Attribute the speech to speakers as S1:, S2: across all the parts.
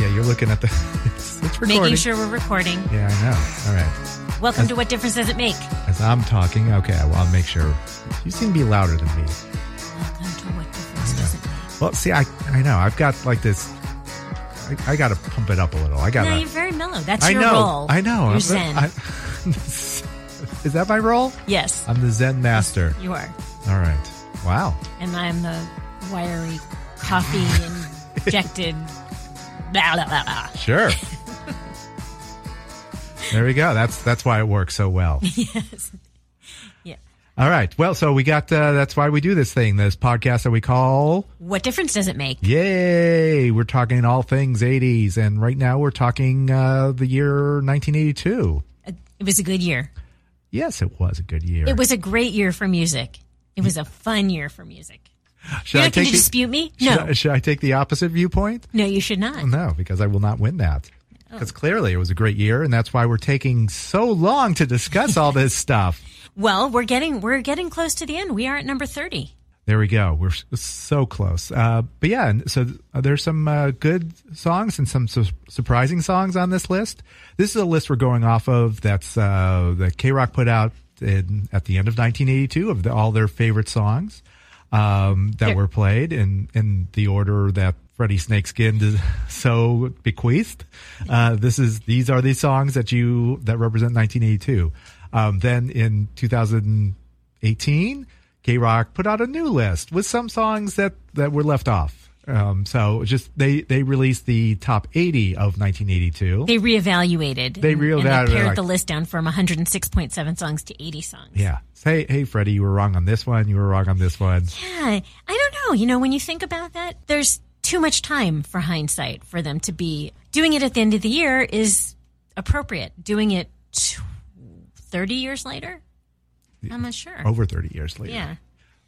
S1: Yeah, you're looking at the. It's, it's recording.
S2: Making sure we're recording.
S1: Yeah, I know. All right.
S2: Welcome to What Difference Does It Make?
S1: As I'm talking, okay, well, I'll make sure. You seem to be louder than me.
S2: Welcome to What Difference Does It Make?
S1: Well, see, I I know. I've got like this. I, I got to pump it up a little. I got
S2: No,
S1: to.
S2: you're very mellow. That's
S1: I
S2: your
S1: know.
S2: role.
S1: I know.
S2: You're
S1: I'm-
S2: zen.
S1: I- is that my role?
S2: yes,
S1: I'm the Zen master.
S2: you are.
S1: All right. Wow.
S2: And I'm the wiry, coffee injected. blah, blah, blah, blah.
S1: Sure. there we go. That's that's why it works so well.
S2: Yes. Yeah.
S1: All right. Well, so we got uh, that's why we do this thing, this podcast that we call
S2: What difference does it make?
S1: Yay. We're talking all things 80s and right now we're talking uh, the year 1982.
S2: Uh, It was a good year.
S1: Yes, it was a good year.
S2: It was a great year for music. It was a fun year for music.
S1: should
S2: You're not going to
S1: the-
S2: dispute me?
S1: should
S2: No.
S1: I- should I take the opposite viewpoint?
S2: No, you should not.
S1: No, because I will not win that.
S2: Oh.
S1: Because clearly it was a great year, and that's why we're taking so long to discuss all this stuff.
S2: Well, we're getting we're getting close to the end. We are at number 30.
S1: There we go. We're s- so close. Uh, but yeah, and so th- there's some uh, good songs and some su- surprising songs on this list. This is a list we're going off of that's uh, that K Rock put out in, at the end of 1982 of the, all their favorite songs um, that
S2: There-
S1: were played in, in the order that Freddie Snakeskin did, so bequeathed. Uh, this is these are the songs that you that represent 1982. Um, then in 2018, K Rock put out a new list with some songs that that were left off. Um, so just they they released the top 80 of 1982.
S2: They reevaluated.
S1: They
S2: and-
S1: reevaluated,
S2: And they
S1: like-
S2: pared the list down from 106.7 songs to 80 songs.
S1: yeah. Hey, hey, Freddie, you were wrong on this one. You were wrong on this one.
S2: Yeah, I don't know. You know, when you think about that, there's too much time for hindsight for them to be doing it at the end of the year is appropriate. Doing it tw- 30 years later, I'm not sure.
S1: Over 30 years later.
S2: yeah.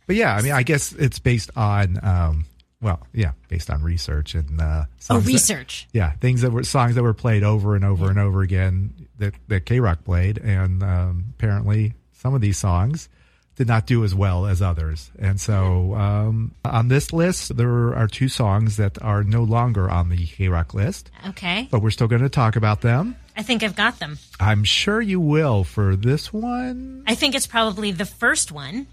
S1: But yeah, I mean, I guess it's based on, um, well, yeah, based on research and uh,
S2: Oh,
S1: songs that-
S2: research.
S1: yeah, things that were songs that were played over and over and over again that that K Rock played, and um, apparently some of these songs did not do as well as others. And so um, on this list, there are two songs that are no longer on the K Rock list,
S2: Okay.
S1: but we're still going to talk about them.
S2: I think I've got them.
S1: I'm sure you will for this one.
S2: I think it's probably the first one,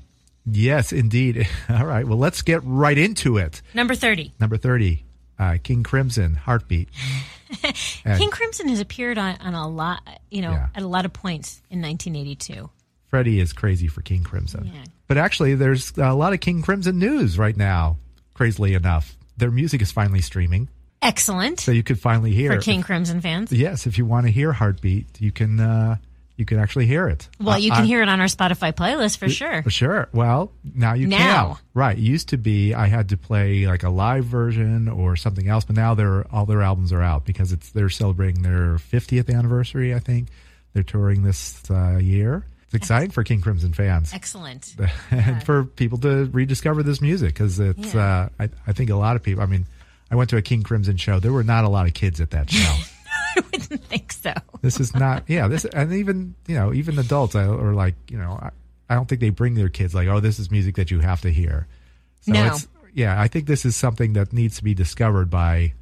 S1: Yes, indeed. All right. Well, let's get right into it.
S2: number 30.
S1: Number 30, uh, King Crimson, Heartbeat. And-
S2: King Crimson has appeared on, on a lot, you know,
S1: Yeah.
S2: at a lot of points in 1982.
S1: Freddie is crazy for King Crimson.
S2: Yeah.
S1: But actually, there's a lot of King Crimson news right now, crazily enough. Their music is finally streaming,
S2: Excellent
S1: so you could finally hear.
S2: for King Crimson fans.
S1: Yes, if you want to hear Heartbeat, you can uh, you can actually hear it.
S2: Well,
S1: Uh,
S2: you can
S1: I-
S2: hear it on our Spotify playlist for sure.
S1: Sure. Well, now you
S2: Now.
S1: can. Right. It used to be I had to play like a live version or something else, but now they're all their albums are out because it's they're celebrating their 50th anniversary, I think. They're touring this uh, year. It's exciting for King Crimson fans
S2: Excellent.
S1: and for people to rediscover this music because it's
S2: Yeah.
S1: uh, I, I think a lot of people i mean i went to a king crimson show there were not a lot of kids at that show
S2: I wouldn't think so.
S1: this is not yeah this and even you know even adults I, or like you know I, I don't think they bring their kids like oh this is music that you have to hear so
S2: No.
S1: it's yeah i think this is something that needs to be discovered by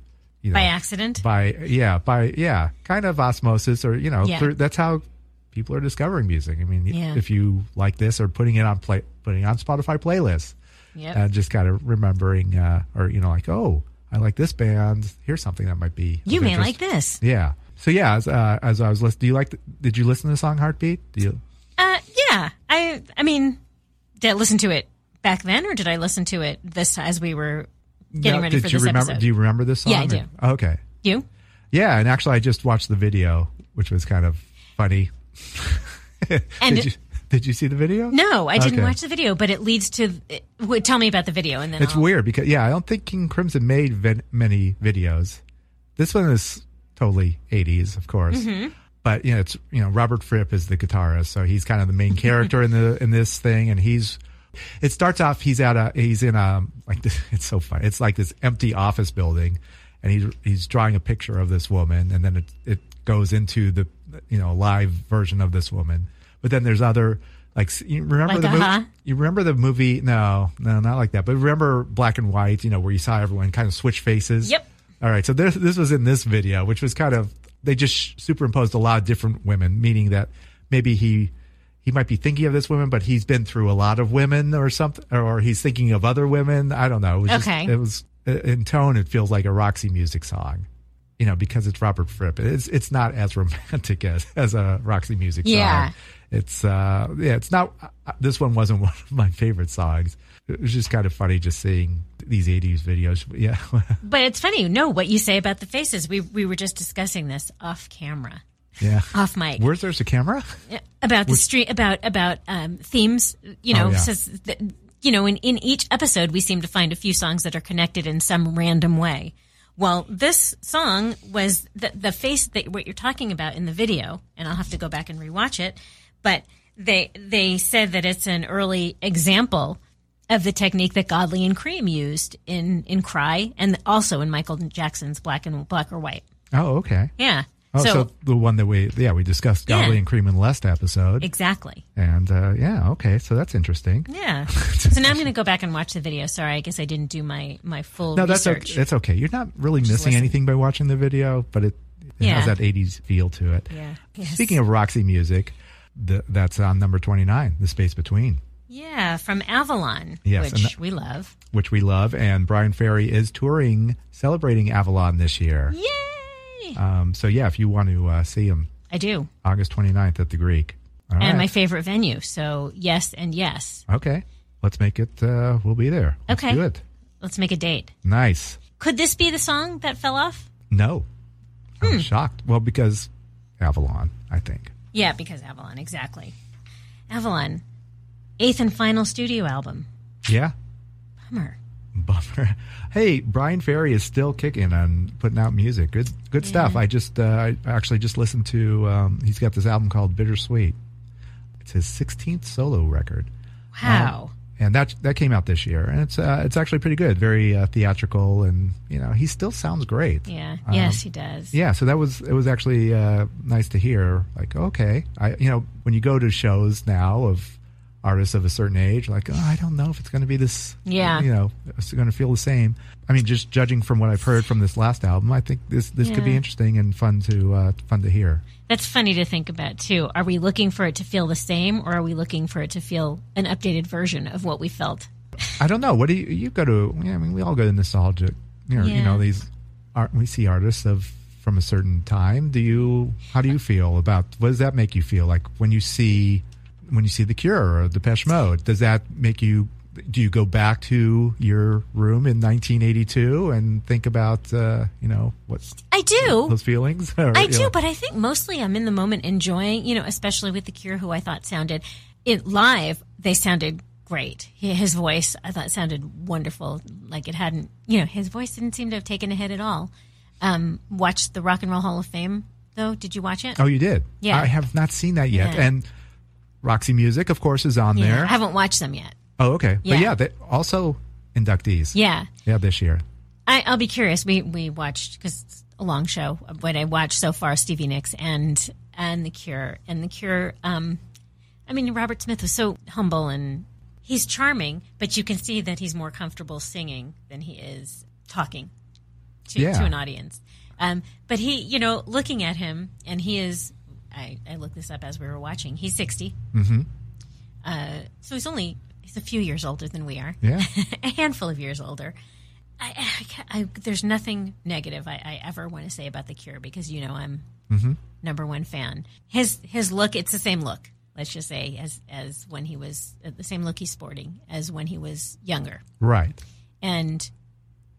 S1: you know
S2: By accident?
S1: by yeah by yeah kind of osmosis or you know
S2: Yeah.
S1: through, that's how people are discovering music i mean
S2: Yeah.
S1: if you like this or putting it on play putting it on spotify playlists
S2: Yep.
S1: and just kind of remembering uh, or you know like oh i like this band here's something that might be
S2: you
S1: of
S2: may
S1: interest.
S2: like this.
S1: yeah so yeah as, uh, as i was listening do you like the, did you listen to the song heartbeat do you
S2: Uh, yeah. I I mean, did I listen to it back then, or did I listen to it this as we were getting
S1: No,
S2: ready
S1: did
S2: for
S1: you
S2: this
S1: remember
S2: episode?
S1: do you remember this song
S2: Yeah, I
S1: or-
S2: do.
S1: okay
S2: You?
S1: yeah and actually i just watched the video which was kind of funny
S2: And
S1: did you did you see the video
S2: No, I didn't
S1: Okay.
S2: watch the video, but it leads to. It, w- tell me about the video, and then
S1: It's
S2: I'll-
S1: weird because yeah, I don't think King Crimson made ven- many videos. This one is totally '80s, of course.
S2: Mm-hmm.
S1: But you know, it's you know Robert Fripp is the guitarist, so he's kind of the main character in the in this thing, and he's. It starts off he's at a he's in a like this, it's so funny. It's like this empty office building, and he's he's drawing a picture of this woman, and then it it goes into the you know live version of this woman. But then there's other like s- you remember
S2: Like
S1: the
S2: Aha?
S1: movie? You remember the movie? No, no, not like that. But remember Black and White, you know, where you saw everyone kind of switch faces?
S2: Yep.
S1: All right. So this this was in this video, which was kind of they just superimposed a lot of different women, meaning that maybe he he might be thinking of this woman, but he's been through a lot of women or something, or he's thinking of other women. I don't know. It was
S2: Okay.
S1: just, it was in tone. It feels like a Roxy music song, you know, because it's Robert Fripp. It's it's not as romantic as as a Roxy music
S2: Yeah.
S1: song. It's uh yeah, it's not. uh, This one wasn't one of my favorite songs. It was just kind of funny just seeing these '80s videos. Yeah,
S2: But it's funny, no, what you say about the faces. We we were just discussing this off camera,
S1: yeah.
S2: off mic.
S1: Where's there's a camera?
S2: about the street about about um, themes you know
S1: Oh, yeah.
S2: says that, you know in, in each episode we seem to find a few songs that are connected in some random way well this song was the, the face that what you're talking about in the video and i'll have to go back and rewatch it but they they said that it's an early example of the technique that godley and cream used in in cry and also in michael jackson's black and black or white
S1: Oh, okay.
S2: yeah
S1: Oh, so, the one that we yeah we discussed
S2: Yeah.
S1: Godly and Cream in the last episode,
S2: exactly
S1: and uh, yeah, okay, so that's interesting.
S2: Yeah. so now I'm going to go back and watch the video. Sorry, I guess I didn't do my my full
S1: No, that's
S2: research.
S1: okay. that's okay. You're not really missing
S2: listen.
S1: anything by watching the video, but it, it
S2: Yeah.
S1: has that '80s feel to it.
S2: Yeah. Yes.
S1: Speaking of Roxy music, th that's on number 29, "The Space Between,"
S2: yeah, from Avalon,
S1: Yes,
S2: which
S1: and that-
S2: we love.
S1: which we love, and Brian Ferry is touring, celebrating Avalon this year.
S2: Yay!
S1: Um, so yeah, if you want to uh, see him,
S2: I do.
S1: August 29th at the Greek. All
S2: And my
S1: right.
S2: favorite venue. So, yes and yes.
S1: okay, let's make it. Uh, we'll be there. Let's
S2: Okay.
S1: do it.
S2: Let's make a date.
S1: Nice.
S2: Could this be the song that fell off?
S1: No.
S2: Hmm.
S1: I'm shocked. Well, because Avalon, I think.
S2: Yeah, because Avalon, exactly. Avalon, eighth and final studio album.
S1: Yeah.
S2: Bummer.
S1: Bummer. Hey, Brian Ferry is still kicking and putting out music. Good, good stuff. I just, uh, I actually just listened to. Um, he's got this album called Bittersweet. It's his 16th solo record,
S2: Wow.
S1: and that that came out this year, and it's uh, it's actually pretty good. Very uh, theatrical, and you know he still sounds great.
S2: yeah.
S1: Um,
S2: yes, he does.
S1: yeah so that was it was actually uh, nice to hear like okay i you know when you go to shows now of artists of a certain age like oh, i don't know if it's going to be this
S2: Yeah.
S1: you know it's going to feel the same i mean just judging from what i've heard from this last album i think this this could be
S2: Yeah.
S1: interesting and fun to uh, fun to hear
S2: That's funny to think about too. Are we looking for it to feel the same, or are we looking for it to feel an updated version of what we felt?
S1: i don't know what do you you go to yeah, i mean we all go to nostalgic you know, you
S2: Yeah.
S1: know these art we see artists of from a certain time do you how do you feel about what does that make you feel like when you see when you see the cure or depeche mode does that make you do you go back to your room in 1982 and think about uh, you know what's
S2: I do.
S1: those feelings Or,
S2: I
S1: you know,
S2: do, but I think mostly I'm in the moment enjoying, you know, especially with The Cure, who I thought sounded it live, they sounded great. He- His voice, I thought, sounded wonderful. Like it hadn't, you know, his voice didn't seem to have taken a hit at all. Um, watched the Rock and Roll Hall of Fame, though. Did you watch it?
S1: oh you did
S2: Yeah.
S1: i have not seen that yet
S2: Yeah.
S1: and roxy music of course is on
S2: yeah. I
S1: there
S2: haven't watched them yet.
S1: oh okay
S2: Yeah.
S1: but yeah they also inductees
S2: Yeah.
S1: yeah this year
S2: I, I'll be curious. We we watched because it's a long show. What I watched so far: Stevie Nicks and and The Cure. And The Cure. Um, I mean, Robert Smith was so humble and he's charming, but you can see that he's more comfortable singing than he is talking to,
S1: Yeah.
S2: to an audience. Um, but he, you know, looking at him, and he is. I, I looked this up as we were watching. He's 60 Mm-hmm. Uh, so he's only he's a few years older than we are
S1: yeah
S2: a handful of years older. I, I, ca- I, there's nothing negative I, I ever want to say about the Cure because you know I'm
S1: Mm-hmm.
S2: number one fan. His his look, it's the same look. Let's just say as as when he was uh, the same look he's sporting as when he was younger,
S1: right
S2: and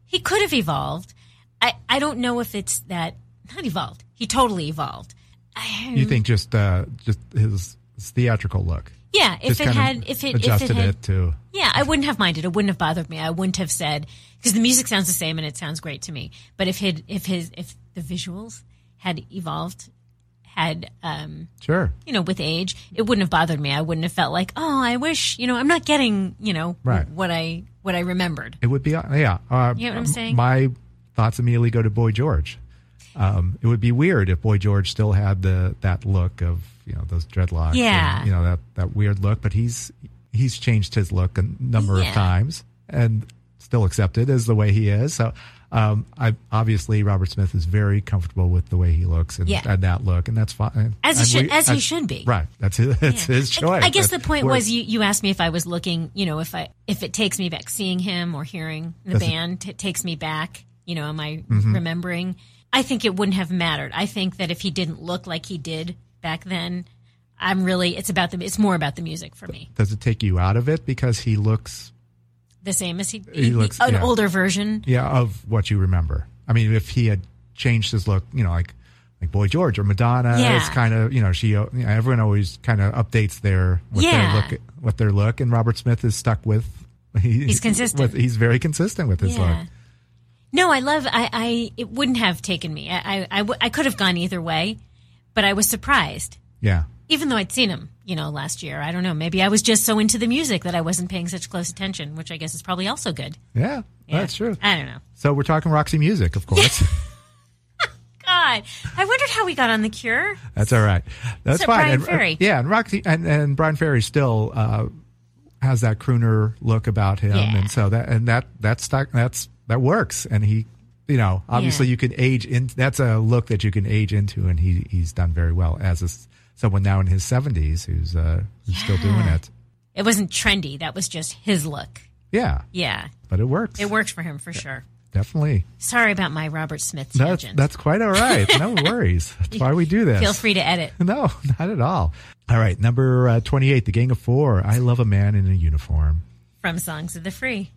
S2: he could have evolved. I I don't know if it's that not evolved. He totally evolved. I,
S1: You think just uh, just his, his theatrical look.
S2: yeah, if
S1: Just
S2: it
S1: kind
S2: had
S1: of
S2: if it if
S1: adjusted
S2: it had
S1: to
S2: Yeah, I wouldn't have minded. It wouldn't have bothered me. I wouldn't have said because the music sounds the same and it sounds great to me. But if his if his if the visuals had evolved, had um,
S1: sure.
S2: you know, with age, it wouldn't have bothered me. I wouldn't have felt like, oh, I wish you know, I'm not getting you know
S1: Right.
S2: what I what I remembered.
S1: It would be yeah. Uh,
S2: You know what I'm
S1: m-
S2: saying?
S1: My thoughts immediately go to Boy George. Um, it would be weird if Boy George still had the that look of you know those dreadlocks.
S2: Yeah.
S1: and, you know that that weird look, but he's he's changed his look a number
S2: Yeah.
S1: of times and still accepted as the way he is. So Um, I obviously Robert Smith is very comfortable with the way he looks and,
S2: Yeah.
S1: and that look, and that's fine.
S2: As he
S1: And we-
S2: should- as he
S1: and-
S2: should be.
S1: Right. That's his. That's
S2: Yeah.
S1: his
S2: I-
S1: choice.
S2: I, guess the
S1: That's
S2: point
S1: where-
S2: was you, you asked me if I was looking, you know, if I if it takes me back seeing him or hearing the
S1: That's- Mm-hmm.
S2: band t- takes me back, you know, am I remembering? I think it wouldn't have mattered. I think that if he didn't look like he did back then, I'm really it's about the it's more about the music for me.
S1: Does it take you out of it because he looks
S2: The same as he,
S1: He looks-
S2: an
S1: yeah.
S2: older version.
S1: yeah of what you remember? I mean, if he had changed his look, you know, like like Boy George or Madonna,
S2: Yeah.
S1: it's kind of you know she you know, everyone always kind of updates their what
S2: Yeah.
S1: their look what their look, and Robert Smith is stuck with. he-
S2: He's consistent.
S1: With, he's very consistent with his
S2: Yeah.
S1: look.
S2: No, I love. I, I it wouldn't have taken me. I, I, I, w- I could have gone either way, but I was surprised.
S1: Yeah.
S2: Even though I'd seen him, you know, last year. I don't know. Maybe I was just so into the music that I wasn't paying such close attention, which I guess is probably also good.
S1: Yeah.
S2: Yeah.
S1: That's true.
S2: I don't know.
S1: So we're talking Roxy Music, of course.
S2: God, I wondered how we got on the Cure.
S1: That's all right. That's
S2: So
S1: fine.
S2: Brian
S1: and, uh,
S2: Ferry.
S1: Yeah, and Roxy and, and Brian Ferry still uh, has that crooner look about him,
S2: Yeah.
S1: and so that and that that's that's that works, and he. You know, obviously,
S2: Yeah.
S1: you can age in. That's a look that you can age into, and he he's done very well as a, s- someone now in his seventies who's uh, who's still doing
S2: Yeah.
S1: it.
S2: It wasn't trendy. That was just his look.
S1: Yeah,
S2: Yeah,
S1: but it works.
S2: it worked for him for sure.
S1: definitely.
S2: Sorry about my Robert Smith
S1: That's
S2: tangent.
S1: that's quite all right. No worries. That's why we do this.
S2: Feel free to edit.
S1: No, not at all. All right, number uh, 28, The Gang of Four. I love a man in a uniform.
S2: From Songs of the Free.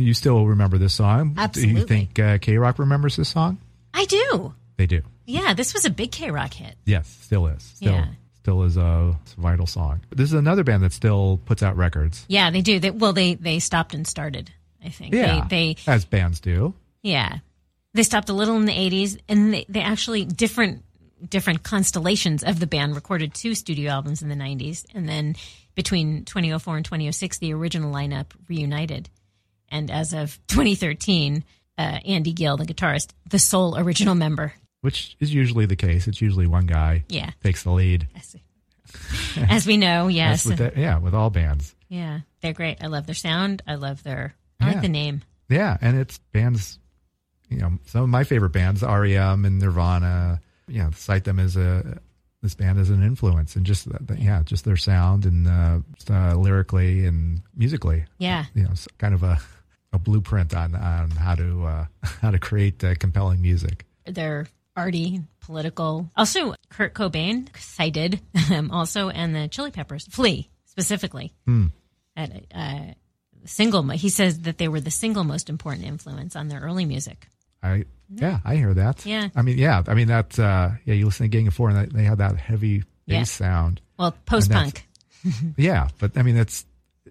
S1: You still remember this song? Do
S2: Absolutely.
S1: you think uh, K Rock remembers this song?
S2: I do.
S1: They do.
S2: Yeah, this was a big K Rock hit.
S1: Yes, still is. Still,
S2: Yeah.
S1: still is a it's a vital song. But this is another band that still puts out records.
S2: Yeah, they do. They, well, they they stopped and started. I think.
S1: Yeah,
S2: They, they
S1: as bands do.
S2: yeah, they stopped a little in the eighties, and they, they actually different different constellations of the band recorded two studio albums in the nineties, and then between 2004 and 2006, the original lineup reunited, and as of 2013. Uh, Andy Gill, the guitarist, the sole original member.
S1: Which is usually the case. It's usually one guy
S2: Yeah.
S1: takes the lead.
S2: As, as we know, yes.
S1: That's with that- yeah, with all bands.
S2: yeah. They're great. I love their sound. I love their, I
S1: Yeah.
S2: like the name.
S1: Yeah, and it's bands. You know, some of my favorite bands, REM and Nirvana. You know, cite them as a this band as an influence, and just uh, the, the- yeah, just their sound and uh, just, uh, lyrically and musically.
S2: Yeah.
S1: You know, it's kind of a a blueprint on on how to uh, how to create uh, compelling music.
S2: they're arty, political. Also, Kurt Cobain cited um, also, and the Chili Peppers, Flea specifically.
S1: Hmm.
S2: At, uh, single, mo- he says that they were the single most important influence on their early music.
S1: I yeah, I hear that.
S2: Yeah.
S1: I mean, yeah, I mean that. Uh, yeah, you listen to Gang of Four, and they have that heavy bass
S2: Yeah.
S1: sound.
S2: Well, post punk.
S1: Yeah, but I mean that's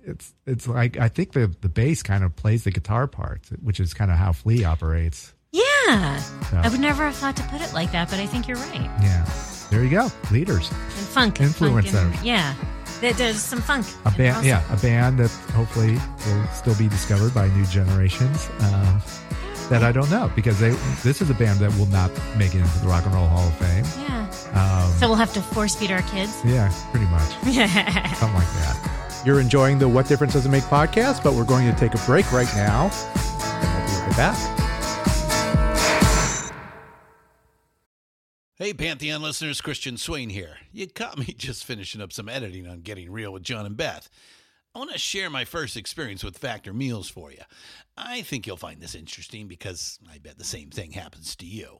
S1: it's it's like I think the the bass kind of plays the guitar part, which is kind of how Flea operates.
S2: Yeah. I would never have thought to put it like that, but I think you're right.
S1: Yeah, there you go, leaders.
S2: And funk.
S1: Influence
S2: funk
S1: them.
S2: yeah. That does some funk.
S1: A
S2: And
S1: band,
S2: also-
S1: yeah, a band that hopefully will still be discovered by new generations. Uh, that I don't know because they this is a band that will not make it into the Rock and Roll Hall of Fame.
S2: Yeah.
S1: Um,
S2: So we'll have to force feed our kids.
S1: Yeah, pretty much. Something like that. You're enjoying the What Difference Does It Make podcast, but we're going to take a break right now. And we'll be right back.
S3: Hey, Pantheon listeners, Christian Swain here. You caught me just finishing up some editing on Getting Real with John and Beth. I want to share my first experience with Factor Meals for you. I think you'll find this interesting because I bet the same thing happens to you.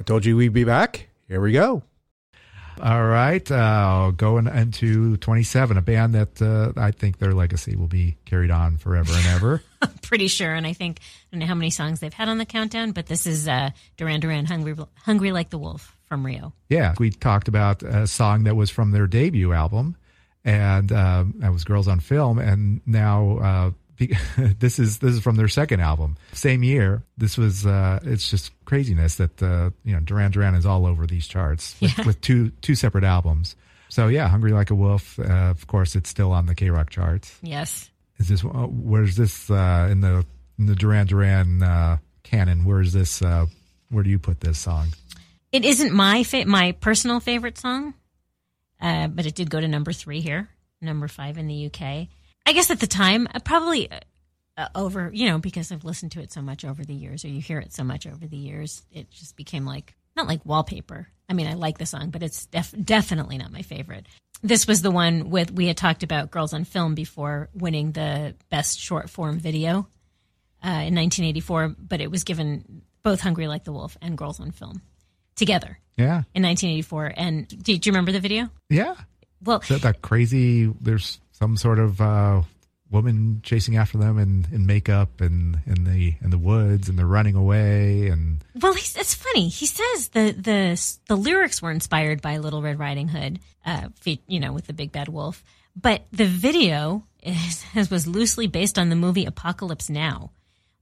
S4: I told you we'd be back. Here we go.
S1: All right, uh, going into 27, a band that uh, I think their legacy will be carried on forever and ever.
S2: pretty sure. And I think I don't know how many songs they've had on the countdown, but this is uh, Duran Duran, "Hungry Hungry Like the Wolf" from Rio.
S1: yeah, we talked about a song that was from their debut album, and um, that was "Girls on Film," and now uh, the, this is this is from their second album, same year. This was uh, it's just craziness that uh, you know Duran Duran is all over these charts with, with two two separate albums. So yeah, "Hungry Like a Wolf," uh, of course, it's still on the K Rock charts.
S2: Yes,
S1: Is this where's this uh, in the in the Duran Duran uh, canon? Where is this? Uh, where do you put this song?
S2: it isn't my fa- my personal favorite song, uh, but it did go to number three here, number five in the UK. I guess at the time, I probably uh, uh, over you know because I've listened to it so much over the years, or you hear it so much over the years, it just became like not like wallpaper. I mean, I like the song, but it's def- definitely not my favorite. This was the one with we had talked about Girls on Film before winning the best short form video uh, in 1984, but it was given both Hungry Like the Wolf and Girls on Film together
S1: Yeah,
S2: in 1984. And do, do you remember the video?
S1: yeah.
S2: Well,
S1: Is that that crazy? There's some sort of uh, woman chasing after them in, in makeup and in the in the woods, and they're running away. And
S2: well, he's, it's funny. He says the the the lyrics were inspired by Little Red Riding Hood, uh, fe- you know, with the big bad wolf. But the video is, was loosely based on the movie Apocalypse Now,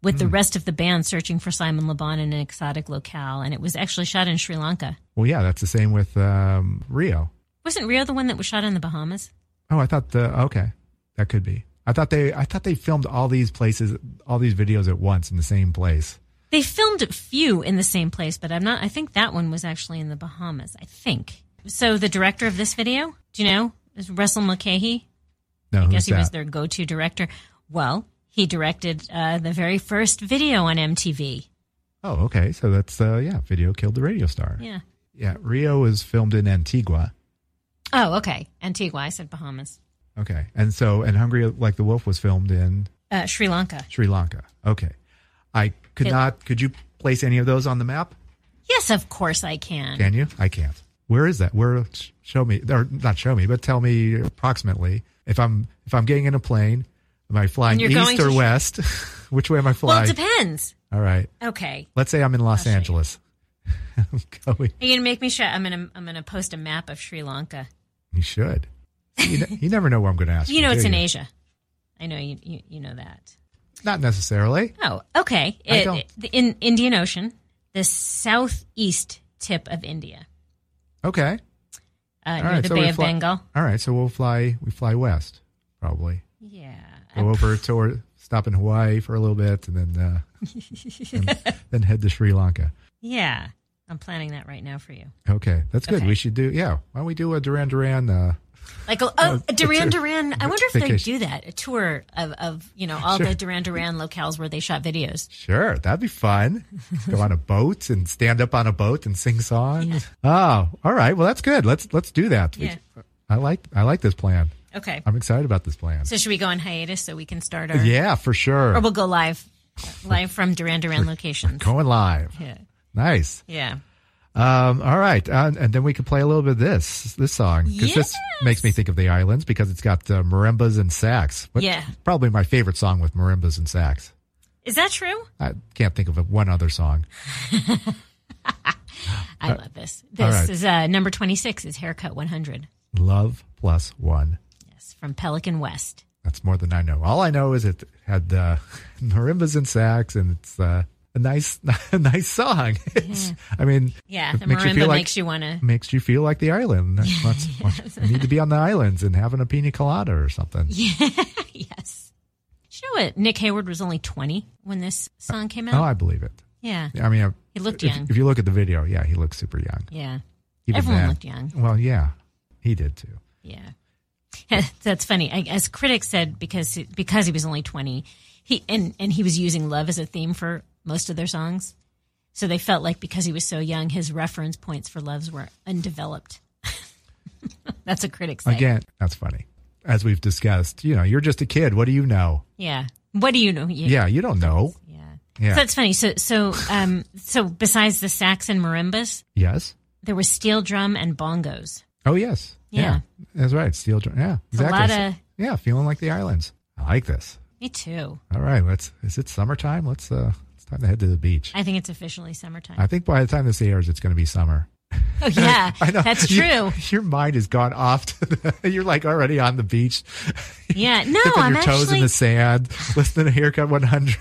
S2: with the rest of the band searching for Simon Laban in an exotic locale, and it was actually shot in Sri Lanka.
S1: well, yeah, that's the same with um, Rio.
S2: Wasn't Rio the one that was shot in the Bahamas?
S1: Oh, I thought the okay, that could be. I thought they I thought they filmed all these places, all these videos at once in the same place.
S2: They filmed a few in the same place, but I'm not. I think that one was actually in the Bahamas. I think. So the director of this video, do you know, is Russell Mulcahy?
S1: No,
S2: I guess
S1: who's
S2: he was
S1: that?
S2: their go-to director. Well, he directed uh, the very first video on MTV.
S1: Oh, okay, so that's uh, yeah, video killed the radio star.
S2: Yeah.
S1: yeah, Rio was filmed in Antigua.
S2: Oh, okay. Antigua. I said Bahamas.
S1: Okay, and so and Hungry Like the Wolf was filmed in
S2: Uh, Sri Lanka.
S1: Sri Lanka. Okay. I could
S2: Hey.
S1: not. Could you place any of those on the map?
S2: Yes, of course I can.
S1: Can you? I can't. Where is that? Where? sh- Show me, or not show me, but tell me approximately. If I'm if I'm getting in a plane, am I flying
S2: And you're going
S1: east or
S2: to-
S1: west? Which way am I
S2: Well,
S1: flying?
S2: it depends.
S1: All right.
S2: Okay.
S1: Let's say I'm in Los
S2: show you.
S1: Angeles. I'm going.
S2: Are you gonna make me show? I'm gonna I'm gonna post a map of Sri Lanka.
S1: You should. You, ne- you never know what I'm going to ask.
S2: You know
S1: do
S2: it's in
S1: you?
S2: Asia. I know you you, you know that.
S1: Not necessarily.
S2: Oh, okay.
S1: I
S2: It-
S1: don't.
S2: the in Indian Ocean, the southeast tip of India,
S1: Okay.
S2: uh,
S1: All
S2: near
S1: right.
S2: the
S1: so
S2: Bay
S1: we
S2: of
S1: fly-
S2: Bengal.
S1: All right. So we'll fly. We fly west, probably.
S2: Yeah.
S1: Go over to stop in Hawaii for a little bit, and then uh, and then head to Sri Lanka.
S2: Yeah. I'm planning that right now for you.
S1: Okay, that's good.
S2: Okay.
S1: We should do. Yeah, why don't we do a Duran Duran? Uh,
S2: Like oh, oh
S1: a
S2: Duran
S1: tour-
S2: Duran. I wonder if they
S1: vacation.
S2: do that a tour of, of you know all
S1: Sure.
S2: the Duran Duran locales where they shot videos.
S1: sure, that'd be fun. Go on a boat and stand up on a boat and sing songs. Oh, all right. Well, that's good. Let's let's do that. We-
S2: Yeah.
S1: I like I like this plan.
S2: Okay.
S1: I'm excited about this plan.
S2: So should we go on hiatus so we can start our?
S1: yeah, for sure.
S2: Or we'll go live, live from Duran Duran locations.
S1: Going live.
S2: Yeah.
S1: Nice.
S2: Yeah.
S1: Um, all right, uh, and then we can play a little bit of this this song because this
S2: Yes.
S1: makes me think of the islands because it's got uh, marimbas and sax. What-
S2: Yeah.
S1: probably my favorite song with marimbas and sax.
S2: Is that true?
S1: I can't think of one other song.
S2: I love this. This
S1: Uh, right.
S2: is uh, number 26 is Haircut 100.
S1: Love plus one.
S2: Yes, from Pelican West.
S1: That's more than I know. All I know is it had uh, marimbas and sax, and it's uh, a nice, a nice song. It's, I mean,
S2: Yeah,
S1: It
S2: the
S1: makes you
S2: marimba
S1: feel like-
S2: makes you want to.
S1: makes you feel like the island. That's- that's- you need to be on the islands and having a pina colada or something.
S2: yes. Did you know what? Nick Hayward was only 20 when this song came
S1: Oh,
S2: out.
S1: I believe it.
S2: yeah.
S1: I mean,
S2: He looked
S1: if,
S2: young.
S1: if you look at the video, yeah, he looks super young.
S2: Yeah.
S1: Even
S2: Everyone
S1: then.
S2: looked young.
S1: Well, yeah, he did too.
S2: Yeah. That's funny. I, as critics said, because because he was only 20, he and, and he was using love as a theme for most of their songs. So they felt like because he was so young, his reference points for loves were undeveloped. That's a critic say.
S1: Again, that's funny. As we've discussed, you know, you're just a kid. What do you know?
S2: Yeah. What do you know?
S1: Yeah, you don't know.
S2: Yeah.
S1: Yeah.
S2: So that's funny. So so um so besides the sax and marimbas,
S1: Yes.
S2: there was steel drum and bongos.
S1: Oh yes,
S2: Yeah.
S1: that's right. Steel drum. Yeah,
S2: a
S1: exactly.
S2: lot of-
S1: yeah, feeling like the islands. I like this.
S2: Me too.
S1: All right, let's. Is it summertime? Let's. uh It's time to head to the beach.
S2: I think it's officially summertime.
S1: I think by the time this airs, it's going to be summer.
S2: oh yeah.
S1: I know
S2: That's
S1: You-
S2: true.
S1: your mind has gone off. To the, you're like already on the beach,
S2: Yeah. No,
S1: dipping
S2: Oh, I'm
S1: your toes
S2: actually
S1: in the sand, listening to Haircut 100.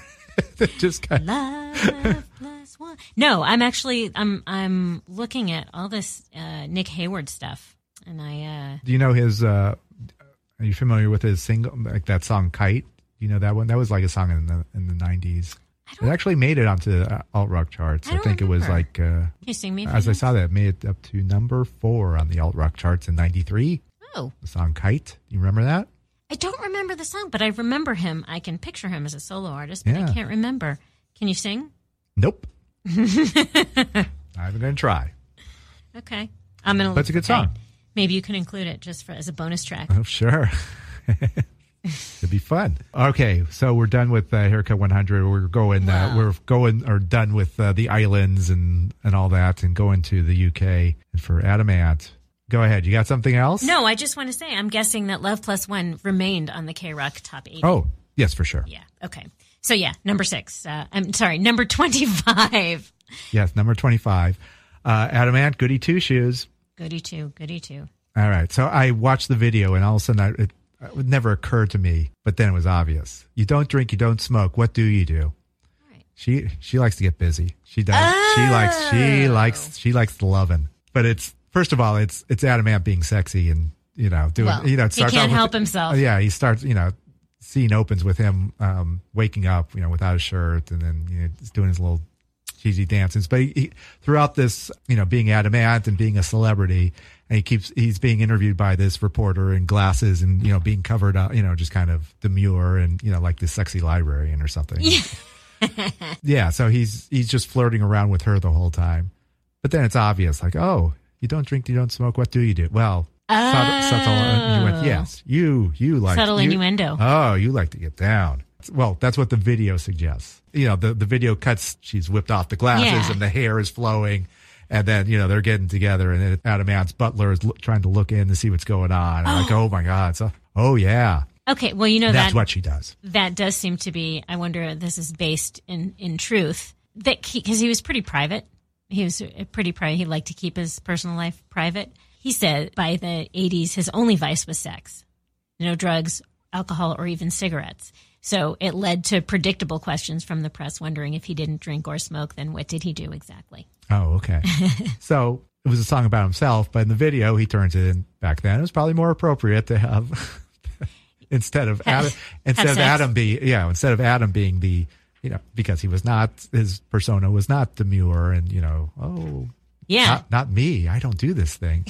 S1: Just kind
S2: Love plus one. No, I'm actually I'm I'm looking at all this uh, Nick Hayward stuff, and I
S1: do you know his? uh Are you familiar with his single, like that song "Kite"? You know that one. That was like a song in the in the 90s. It actually made it onto the uh, alt rock charts.
S2: I
S1: I,
S2: don't
S1: think it was
S2: remember.
S1: like. uh
S2: uh, you sing me. a
S1: As
S2: few
S1: I saw that, it made it up to number four on the alt rock charts in '93.
S2: notes? Oh,
S1: The song "Kite." You remember that?
S2: I don't remember the song, but I remember him. I can picture him as a solo artist, but
S1: Yeah.
S2: I can't remember. Can you sing?
S1: Nope. I'm going to try.
S2: Okay, I'm gonna.
S1: But it's a
S2: look
S1: good
S2: for Kite.
S1: song.
S2: Maybe you can include it just for as a bonus track.
S1: Oh, sure. It'd be fun. Okay, so we're done with uh, haircut 100. We're going. Uh,
S2: Wow.
S1: we're going or done with uh, the islands and and all that, and going to the UK. And for Adamant, go ahead. You got something else?
S2: No, I just want to say I'm guessing that Love Plus One remained on the K Rock top eighty.
S1: Oh, yes, for sure.
S2: Yeah. Okay. So yeah, number six. Uh, I'm sorry, number twenty-five.
S1: Yes, number 25. Uh, Adamant, goody two shoes.
S2: Goody two, goody two.
S1: All right. So I watched the video and all of a sudden I, it, it would never occur to me, but then it was obvious. You don't drink, you don't smoke. What do you do?
S2: Right.
S1: She she likes to get busy. She does. She likes she
S2: Oh.
S1: likes she likes the loving. But it's first of all, it's it's Adamant being sexy and you know doing
S2: Well,
S1: you know it
S2: he
S1: starts
S2: can't
S1: off with- Oh,
S2: help himself.
S1: Yeah, he starts you know scene opens with him um, waking up you know without a shirt and then you know just doing his little cheesy dances. But he, he, throughout this, you know, being adamant and being a celebrity, and he keeps he's being interviewed by this reporter in glasses and you know being covered up, you know, just kind of demure and you know like this sexy librarian or something. yeah, so he's he's just flirting around with her the whole time. But then it's obvious, like, oh, you don't drink, you don't smoke. What do you do? Well. sub- subtle
S2: Oh.
S1: innuendo. Yes, you you like
S2: Subtle
S1: you- uh,
S2: innuendo.
S1: Oh, you like to get down. Well, that's what the video suggests. You know, the, the video cuts, she's whipped off the glasses
S2: Yeah.
S1: and the hair is flowing. And then, you know, they're getting together and it- Adam Ant's butler is look, trying to look in to see what's going on. And like, oh my God. So, oh yeah.
S2: Okay, well, you know
S1: That's
S2: that
S1: what she does.
S2: that does seem to be. I wonder if this is based in in truth that because he, was pretty private. He was uh, pretty private. He liked to keep his personal life private. He said by the '80s, his only vice was sex, no drugs, alcohol, or even cigarettes. So it led to predictable questions from the press wondering if he didn't drink or smoke, then what did he do exactly?
S1: Oh, okay. so it was a song about himself, but in the video, he turns it in back then. It was probably more appropriate to have instead of Adam, instead of
S2: sex.
S1: Adam be yeah instead of Adam being the you know because he was not his persona was not demure and you know oh
S2: Yeah,
S1: not, not me I don't do this thing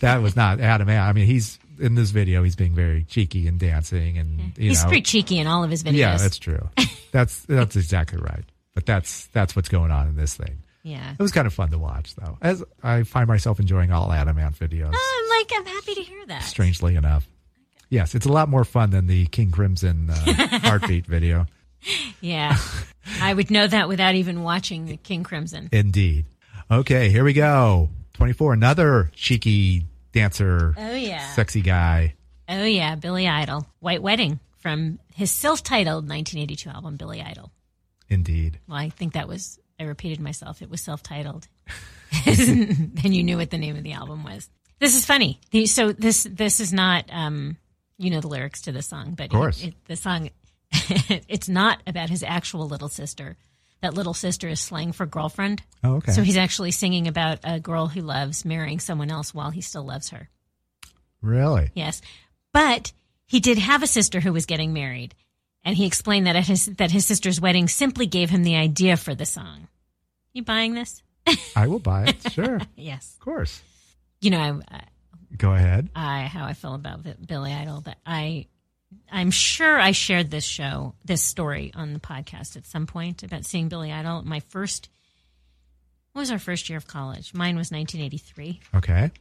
S1: that was not Adam I mean he's in this video he's being very cheeky and dancing and you
S2: he's
S1: know
S2: pretty cheeky in all of his videos.
S1: yeah that's true that's that's exactly right but that's that's what's going on in this thing.
S2: yeah.
S1: It was kind of fun to watch, though. As I find myself enjoying all Adamant videos,
S2: I'm like, I'm happy to hear that.
S1: strangely enough. Yes, it's a lot more fun than the King Crimson uh, heartbeat video.
S2: Yeah. I would know that without even watching the King Crimson.
S1: Indeed. Okay, here we go. 24, another cheeky dancer,
S2: Oh yeah.
S1: sexy guy.
S2: Oh yeah, Billy Idol. White Wedding from his self-titled 1982 album Billy Idol.
S1: Indeed.
S2: Well, I think that was I repeated myself. It was self-titled. then you knew what the name of the album was. This is funny. The- So this this is not um you know the lyrics to the song, but of
S1: course.
S2: the song it's not about his actual little sister. That little sister is slang for girlfriend.
S1: Oh, okay.
S2: So he's actually singing about a girl who loves marrying someone else while he still loves her.
S1: really?
S2: Yes. But he did have a sister who was getting married. And he explained that at his that his sister's wedding simply gave him the idea for the song. You buying this?
S1: I will buy it. Sure. of
S2: Yes.
S1: course.
S2: You know, I,
S1: Go ahead.
S2: I how I feel about Vi- Billy Idol that I I'm sure I shared this show this story on the podcast at some point about seeing Billy Idol. My first what was our first year of college? Mine was 1983.
S1: Okay.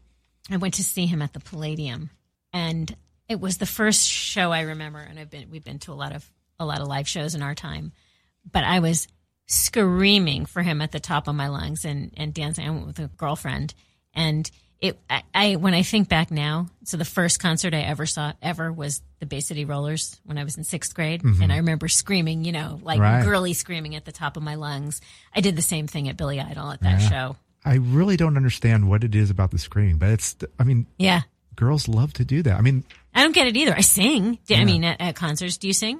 S2: I went to see him at the Palladium, and it was the first show I remember. And I've been we've been to a lot of a lot of live shows in our time, but I was screaming for him at the top of my lungs and and dancing. I went with a girlfriend, and it I, I when I think back now, so the first concert I ever saw ever was the Bay City Rollers when I was in sixth grade, and I remember screaming, you know, like
S1: Right.
S2: girly screaming at the top of my lungs. I did the same thing at Billy Idol at that show.
S1: I really don't understand what it is about the screaming, but it's, I mean,
S2: Yeah.
S1: girls love to do that. I mean,
S2: I don't get it either. I sing. Do- I mean, at, at concerts, do you sing?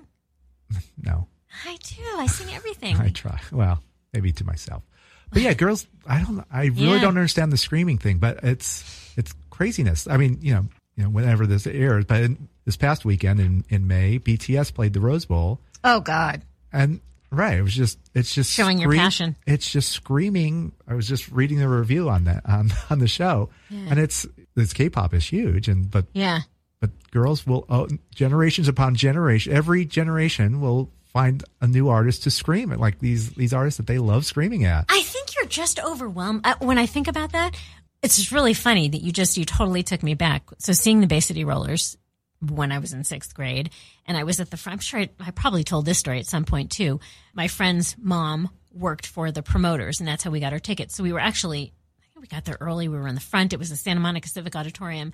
S1: no.
S2: I do. I sing everything.
S1: I try. Well, maybe to myself. But yeah, girls, I don't, I really
S2: Yeah.
S1: don't understand the screaming thing, but it's, it's craziness. I mean, you know, you know, whenever this airs, but in, this past weekend in, in May, BTS played the Rose Bowl
S2: oh God!
S1: and right. It was just, it's just
S2: Showing your passion.
S1: It's just screaming. I was just reading the review on that, on, on the show and it's, this K-pop is huge and, but
S2: Yeah,
S1: but girls will oh, generations upon generation every generation will find a new artist to scream at like these these artists that they love screaming at
S2: I think you're just overwhelmed. I, when I think about that, it's just really funny that you just you totally took me back. So seeing the Bay City Rollers when I was in sixth grade, and I was at the front. I'm sure I, I probably told this story at some point too. My friend's mom worked for the promoters, and that's how we got our tickets. So we were actually I think we got there early. We were in the front. It was the Santa Monica Civic Auditorium.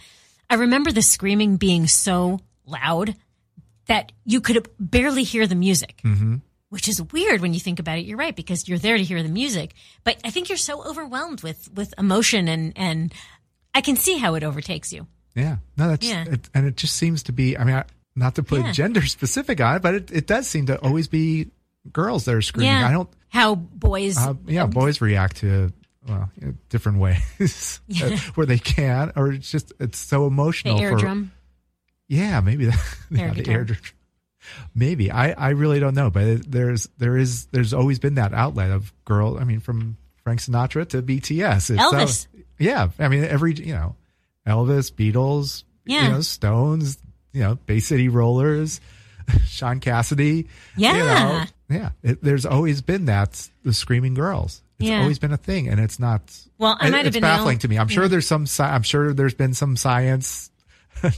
S2: I remember the screaming being so loud that you could barely hear the music, which is weird when you think about it. You're right because you're there to hear the music, but I think you're so overwhelmed with with emotion and and I can see how it overtakes you.
S1: yeah no that's
S2: Yeah.
S1: It, and it just seems to be i mean I, not to put
S2: Yeah.
S1: gender specific on it but it, it does seem to always be girls that are screaming
S2: yeah,
S1: i don't
S2: how boys.
S1: uh, yeah boys react to well you know, different ways where they can or it's just it's so
S2: the
S1: emotional for
S2: eardrum.
S1: Yeah, maybe that,
S2: Air
S1: yeah, the
S2: guitar.
S1: air dr- Maybe I, I really don't know, but it- there's there is there's always been that outlet of girl. I mean, from Frank Sinatra to BTS, It's
S2: Elvis.
S1: so- yeah, I mean every you know, Elvis, Beatles,
S2: Yeah.
S1: you know, Stones, you know, Bay City Rollers, Sean Cassidy,
S2: Yeah.
S1: you know. yeah. It, there's always been that the screaming girls. It's
S2: Yeah.
S1: always been a thing, and it's not
S2: Well, I
S1: it-
S2: might have
S1: it's
S2: been the
S1: baffling
S2: only-
S1: to me. I'm sure there's some. sci- I'm sure there's been some science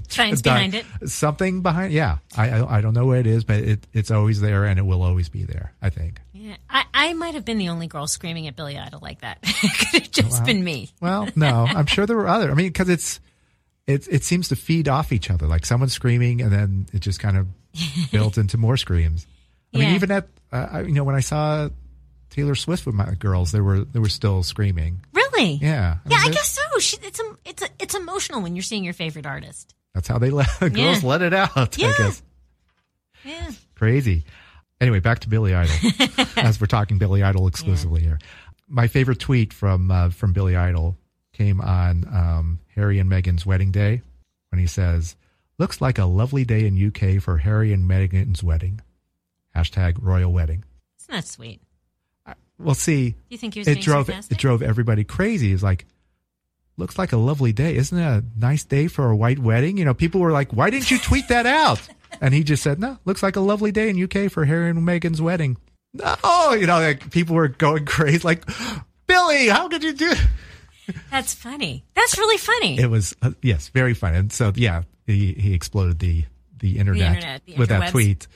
S2: Signs
S1: Di-
S2: behind it.
S1: Something behind. Yeah, I I I don't know what it is, but it, it's always there and it will always be there. I think.
S2: Yeah, I, I might have been the only girl screaming at Billy Idol like that. Could have just been me.
S1: Well, no, I'm sure there were other. I mean, because it's it it seems to feed off each other. Like someone's screaming, and then it just kind of built into more screams. I mean,
S2: Yeah.
S1: even at uh, I- you know when I saw Taylor Swift with my girls, there were there were still screaming.
S2: Really?
S1: Yeah,
S2: Yeah,
S1: mean,
S2: I
S1: they-
S2: guess so. She, it's um it's it's emotional when you're seeing your favorite artist.
S1: that's how they let girls let it out. I
S2: Yeah.
S1: guess
S2: Yeah.
S1: crazy. Anyway, back to Billy Idol. as we're talking Billy Idol exclusively here, my favorite tweet from uh, from Billy Idol came on um, Harry and Meghan's wedding day when he says, "Looks like a lovely day in UK for Harry and Meghan's wedding." Hashtag royal wedding.
S2: It's not sweet.
S1: Well, see,
S2: Do you think he was
S1: it
S2: being
S1: drove
S2: sarcastic?
S1: it drove everybody crazy. It's like, looks like a lovely day, isn't it? A nice day for a white wedding. You know, people were like, "Why didn't you tweet that out?" And he just said, "No, looks like a lovely day in UK for Harry and Meghan's wedding." No, you know, like people were going crazy. Like, Billy, how could you do?
S2: That's funny. That's really funny.
S1: It was uh, yes, very fun. And so yeah, he he exploded the the internet,
S2: internet, the
S1: with
S2: interwebs.
S1: that tweet.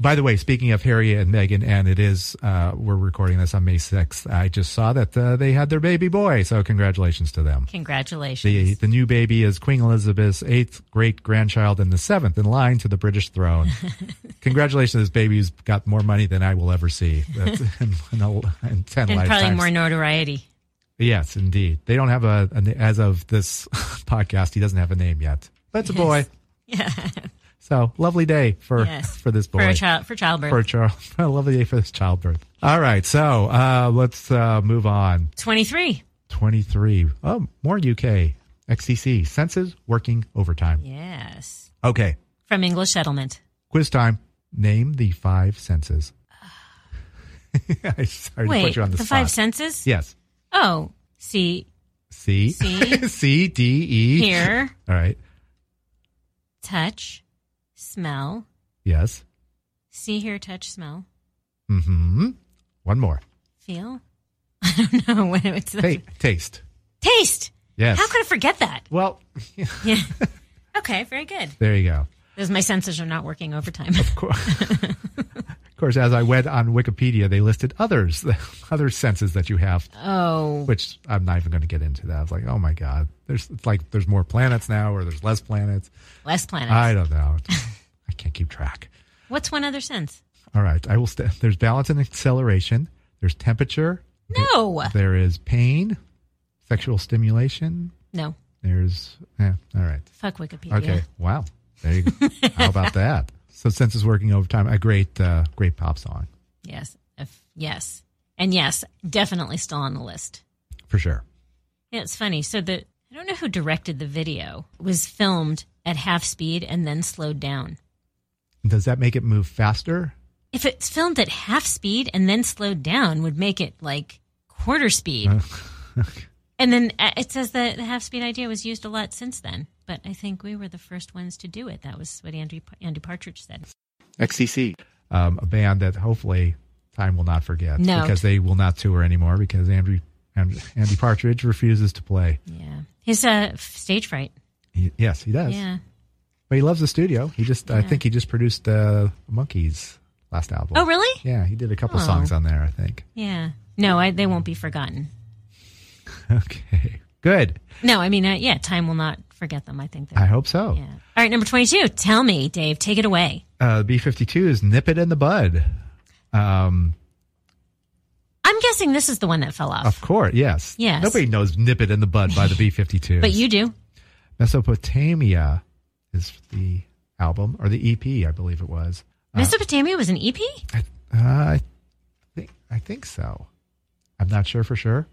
S1: By the way, speaking of Harry and Meghan, and it is uh, we're recording this on May sixth. I just saw that uh, they had their baby boy, so congratulations to them. The
S2: Congratulations.
S1: the new baby is Queen Elizabeth's eighth great grandchild and the seventh in line to the British throne. congratulations, this baby's got more money than I will ever see That's in, in, a- in ten
S2: and probably
S1: lifetimes.
S2: more notoriety.
S1: Yes, indeed. They don't have a, a na- as of this podcast. He doesn't have a name yet, but it's a boy.
S2: Yeah.
S1: So lovely day for
S2: Yes.
S1: for this boy
S2: For a child for childbirth.
S1: for Charles. a lovely day for this childbirth. All right, so uh, let's uh, move on.
S2: Twenty three.
S1: Twenty three. Oh, more UK XCC senses working overtime.
S2: Yes.
S1: Okay,
S2: From English settlement.
S1: quiz time. Name the five senses. I Sorry to
S2: Wait,
S1: put you on the, spot.
S2: five senses?
S1: Yes.
S2: Oh. See
S1: C
S2: See?
S1: C D E.
S2: hear,
S1: All right.
S2: touch, smell.
S1: Yes.
S2: See, hear, touch, smell,
S1: Hmm. One more.
S2: feel. I don't know when it's
S1: Ta taste.
S2: taste.
S1: Yes.
S2: How could I forget that?
S1: well,
S2: Yeah. Okay, very good.
S1: there you go.
S2: Those my senses are not working overtime.
S1: Of course, of course as I read on Wikipedia, they listed others, other senses that you have,
S2: Oh,
S1: which I'm not even going to get into that. I was like, oh my God, there's it's like there's more planets now or there's less planets.
S2: less planets.
S1: I don't know. I can't keep track.
S2: What's one other sense?
S1: All right. I will st- There's balance and acceleration. There's temperature.
S2: No,
S1: There is pain, sexual stimulation.
S2: no.
S1: There's, yeah, all right.
S2: Fuck Wikipedia.
S1: Okay. Wow. There you go. How about that? So census working overtime, a great, uh, great pop song
S2: Yes, if, yes, and yes, definitely still on the list.
S1: for sure.
S2: Yeah, it's funny. So the I don't know who directed the video. It was filmed at half speed and then slowed down.
S1: Does that make it move faster?
S2: If it's filmed at half speed and then slowed down, would make it like quarter speed. and then uh, it says that the half speed idea was used a lot since then. But I think we were the first ones to do it. That was what Andy Andy Partridge said.
S1: XCC. Um, a band that hopefully time will not forget
S2: No.
S1: because they will not tour anymore because Andrew, and Andy Partridge refuses to play.
S2: Yeah, his uh, f- stage fright.
S1: He- yes, he does.
S2: Yeah.
S1: But he loves the studio. He just, I think he just produced uh, Monkeys last album.
S2: Oh, really?
S1: Yeah, he did a couple
S2: Oh.
S1: songs on there, I think.
S2: Yeah. No, I, they won't be forgotten.
S1: Okay. Good.
S2: No, I mean, uh, yeah, time will not forget them. I think.
S1: I
S2: They're,
S1: hope so.
S2: yeah. All right, number twenty-two. Tell me, Dave. Take it away.
S1: uh, B fifty two is nip it in the bud. Um,
S2: I'm guessing this is the one that fell off,
S1: of course, yes,
S2: Yes.
S1: Nobody knows nip it in the bud by the B fifty two.
S2: but you do.
S1: Uh-huh. Mesopotamia is the album or the EP, I believe it was.
S2: Mesopotamia was an E EP.
S1: I, uh, I think I think so. I'm not sure for sure.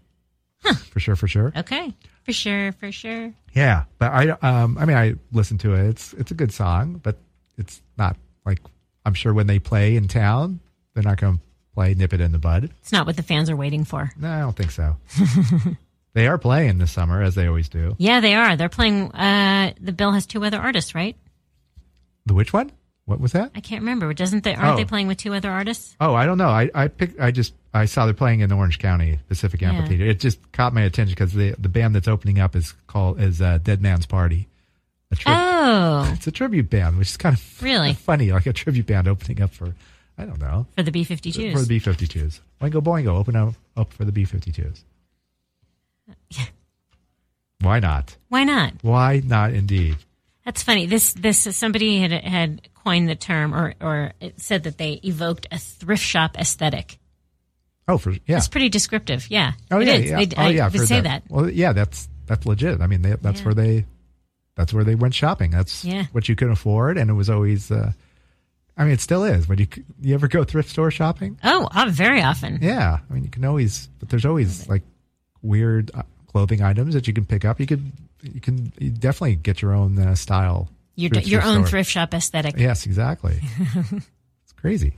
S1: For sure, for sure.
S2: Okay, for sure, for sure.
S1: Yeah, but I um I mean I listened to it. It's it's a good song, but it's not like I'm sure when they play in town, they're not going to play nip it in the bud.
S2: It's not what the fans are waiting for.
S1: No, I don't think so. they are playing this summer as they always do.
S2: Yeah, they are. They're playing. Uh, the bill has two other artists, right?
S1: The which one? What was that?
S2: I can't remember. Doesn't they? Aren't
S1: Oh.
S2: they playing with two other artists?
S1: Oh, I don't know. I I picked. I just I saw they're playing in Orange County Pacific
S2: Yeah.
S1: Amphitheater. It just caught my attention because the the band that's opening up is called is uh, Dead Man's Party, A tri-
S2: Oh,
S1: it's a tribute band, which is kind of
S2: Really?
S1: funny, like a tribute band opening up for I don't know
S2: for the B 52s.
S1: for the B 52s. Boingo Boingo, open up up for the B 52s. Why not?
S2: Why not?
S1: Why not? Indeed.
S2: That's funny. This this somebody had had coined the term or or it said that they evoked a thrift shop aesthetic.
S1: Oh, for yeah.
S2: It's pretty descriptive. Yeah.
S1: Oh
S2: It
S1: yeah,
S2: is.
S1: yeah.
S2: They-
S1: oh
S2: I
S1: yeah, I've
S2: would
S1: heard
S2: say that.
S1: that. Well, yeah, that's that's legit. I mean, they, that's
S2: Yeah.
S1: where they that's where they went shopping. That's
S2: Yeah.
S1: what you could afford, and it was always. Uh, I mean, it still is. When you c- you ever go thrift store shopping,
S2: Oh, uh, very often.
S1: yeah. I mean, you can always, but there's always like weird uh, clothing items that you can pick up. You could you can you definitely get your own uh, style.
S2: Your
S1: through a
S2: your own
S1: store.
S2: thrift shop aesthetic.
S1: Yes, exactly. it's crazy.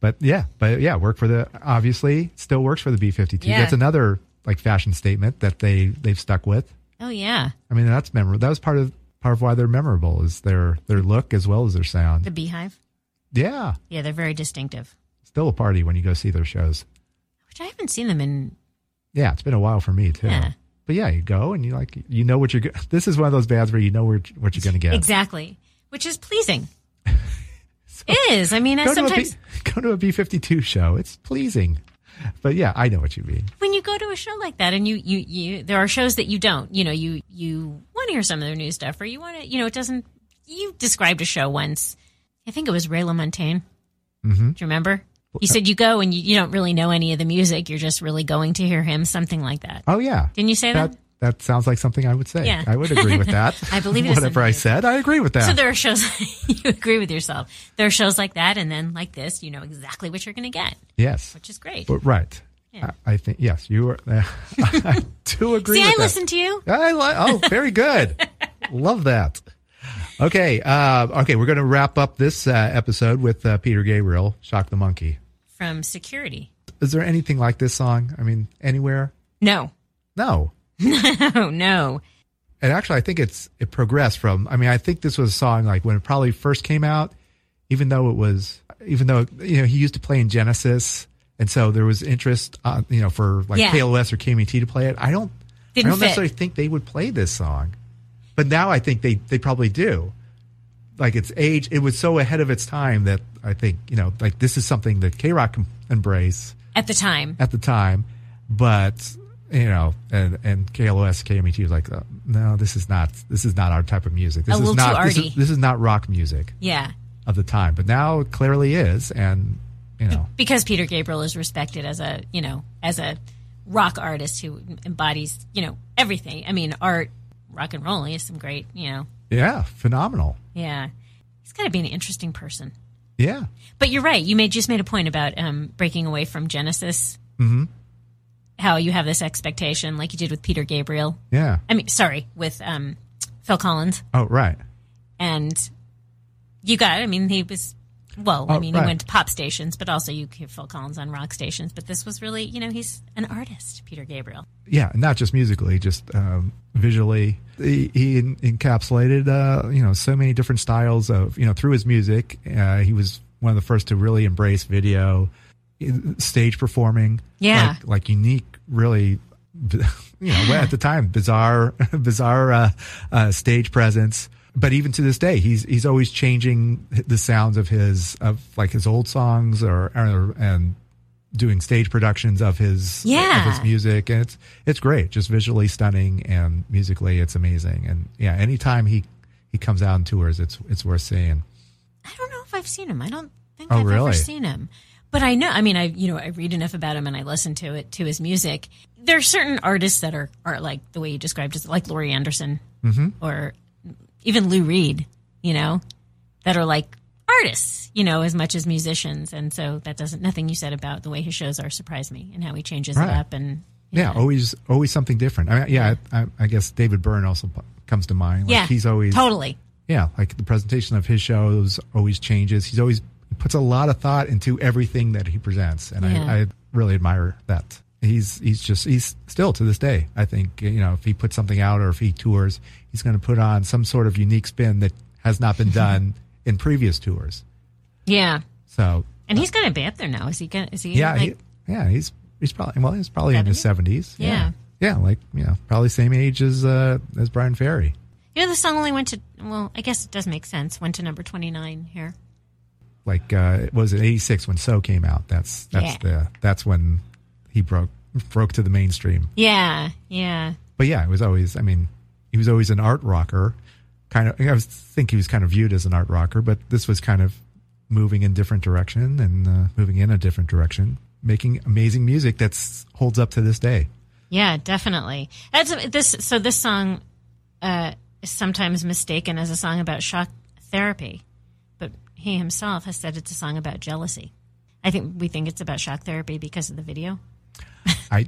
S1: But yeah, but yeah, work for the obviously still works for the B fifty two.
S2: Yeah.
S1: That's another like fashion statement that they they've stuck with.
S2: Oh yeah,
S1: I mean, that's memorable. That was part of part of why they're memorable is their their look as well as their
S2: the
S1: sound.
S2: beehive.
S1: Yeah,
S2: Yeah, they're very distinctive.
S1: still a party when you go see their shows.
S2: Which I haven't seen them in.
S1: Yeah, it's been a while for me too.
S2: Yeah.
S1: But yeah, you go and you like you know what you're. go- This is one of those bands where you know where, what you're going to get.
S2: Exactly. Which is pleasing. it is. I mean, I
S1: Go to, a B,
S2: sometimes
S1: go to a B fifty two show. It's pleasing. But yeah, I know what you mean.
S2: when you go to a show like that and you, you, you there are shows that you don't you know you you want to hear some of their new stuff or you want to you know it doesn't you described a show once i think it was ray lamontagne mm-hmm. do you remember
S1: uh,
S2: you said you go and you, you don't really know any of the music you're just really going to hear him something like that
S1: Oh yeah.
S2: didn't you say that,
S1: that that sounds like something I would say.
S2: Yeah.
S1: I would agree with that.
S2: I believe it is
S1: whatever I said. I agree with that.
S2: so there are shows you agree with yourself there are shows like that and then like this you know exactly what you're going to get
S1: yes,
S2: which is great
S1: but right.
S2: Yeah.
S1: I, I think yes, you are. I do agree.
S2: see
S1: with
S2: i
S1: that.
S2: listen to you
S1: I li- oh, very good. Love that. Okay, uh, okay, we're going to wrap up this uh, episode with uh, Peter Gabriel, "Shock the Monkey."
S2: from security
S1: Is there anything like this song? I mean, anywhere?
S2: no
S1: No.
S2: oh no
S1: and actually i think it's it progressed from i mean i think this was a song like when it probably first came out even though it was even though you know he used to play in genesis and so there was interest uh, you know for like
S2: Yeah.
S1: klos or kmt to play it i don't
S2: Didn't
S1: i don't
S2: fit.
S1: necessarily think they would play this song but now i think they they probably do like its age it was so ahead of its time that i think you know like this is something that k-rock can embrace
S2: at the time
S1: at the time, but you know, and and KLOS KMET was like, uh, no, this is not this is not our type of music. This
S2: A little
S1: is
S2: too
S1: not this
S2: arty.
S1: is, this is not rock music
S2: yeah
S1: of the time, but now it clearly is, and you know,
S2: because Peter Gabriel is respected as a you know as a rock artist who embodies you know everything. I mean, art, rock and roll. He has some great you know.
S1: yeah, phenomenal,
S2: Yeah, he's got to be an interesting person.
S1: yeah,
S2: But you're right. You made just made a point about um, breaking away from Genesis. Mm-hmm. How you have this expectation, like you did with Peter Gabriel.
S1: yeah.
S2: I mean, sorry, with um, Phil Collins,
S1: Oh, right,
S2: and you got. I mean, he was. Well, I
S1: Oh,
S2: mean,
S1: right.
S2: he went to pop stations, but also you hear Phil Collins on rock stations. But this was really, you know, he's an artist, Peter Gabriel.
S1: yeah. Not just musically, just um, visually. He, he en- encapsulated, uh, you know, so many different styles of, you know, through his music. Uh, he was one of the first to really embrace video, in- stage performing.
S2: Yeah.
S1: like, like unique, really, you know, at the time, bizarre, bizarre uh, uh, stage presence. But even to this day, he's he's always changing the sounds of his of like his old songs or, or and doing stage productions of his
S2: Yeah.
S1: of his music, and it's it's great, just visually stunning and musically, it's amazing. And yeah, anytime he he comes out and tours, it's it's worth seeing.
S2: I don't know if I've seen him. I don't think
S1: Oh,
S2: I've ever
S1: really?
S2: seen him. But I know. I mean, I you know, I read enough about him and I listen to it to his music. There are certain artists that are are like the way you described, just like Laurie Anderson
S1: Mm-hmm.
S2: or even Lou Reed. You know, that are like artists. You know, as much as musicians. And so that doesn't nothing you said about the way his shows are surprised me and how he changes
S1: Right.
S2: it up and
S1: Yeah, always always something different. I mean, yeah, I, I guess David Byrne also p- comes to mind. Like
S2: yeah,
S1: he's always
S2: totally
S1: yeah, like the presentation of his shows always changes. He's always he puts a lot of thought into everything that he presents, and
S2: Yeah.
S1: I, I really admire that. He's he's just he's still to this day. I think you know if he puts something out or if he tours, he's going to put on some sort of unique spin that has not been done in previous tours.
S2: yeah.
S1: So
S2: And he's gonna be up there now. Is he gonna? Is he?
S1: yeah,
S2: like,
S1: he, yeah, he's he's probably well, he's probably in his seventies.
S2: Yeah.
S1: yeah, like you know, probably same age as uh, as Brian Ferry.
S2: You know, the song only went to, well, I guess it does make sense, went to number 29 here.
S1: Like uh, it was in '86 when So came out. That's that's the that's when he broke broke to the mainstream.
S2: Yeah, yeah.
S1: But yeah, it was always. I mean, he was always an art rocker. Kind of, I was think he was kind of viewed as an art rocker, but this was kind of moving in different direction and uh, moving in a different direction, making amazing music that's holds up to this day.
S2: Yeah, definitely. That's this. So this song uh, is sometimes mistaken as a song about shock therapy, but he himself has said it's a song about jealousy. I think we think it's about shock therapy because of the video.
S1: I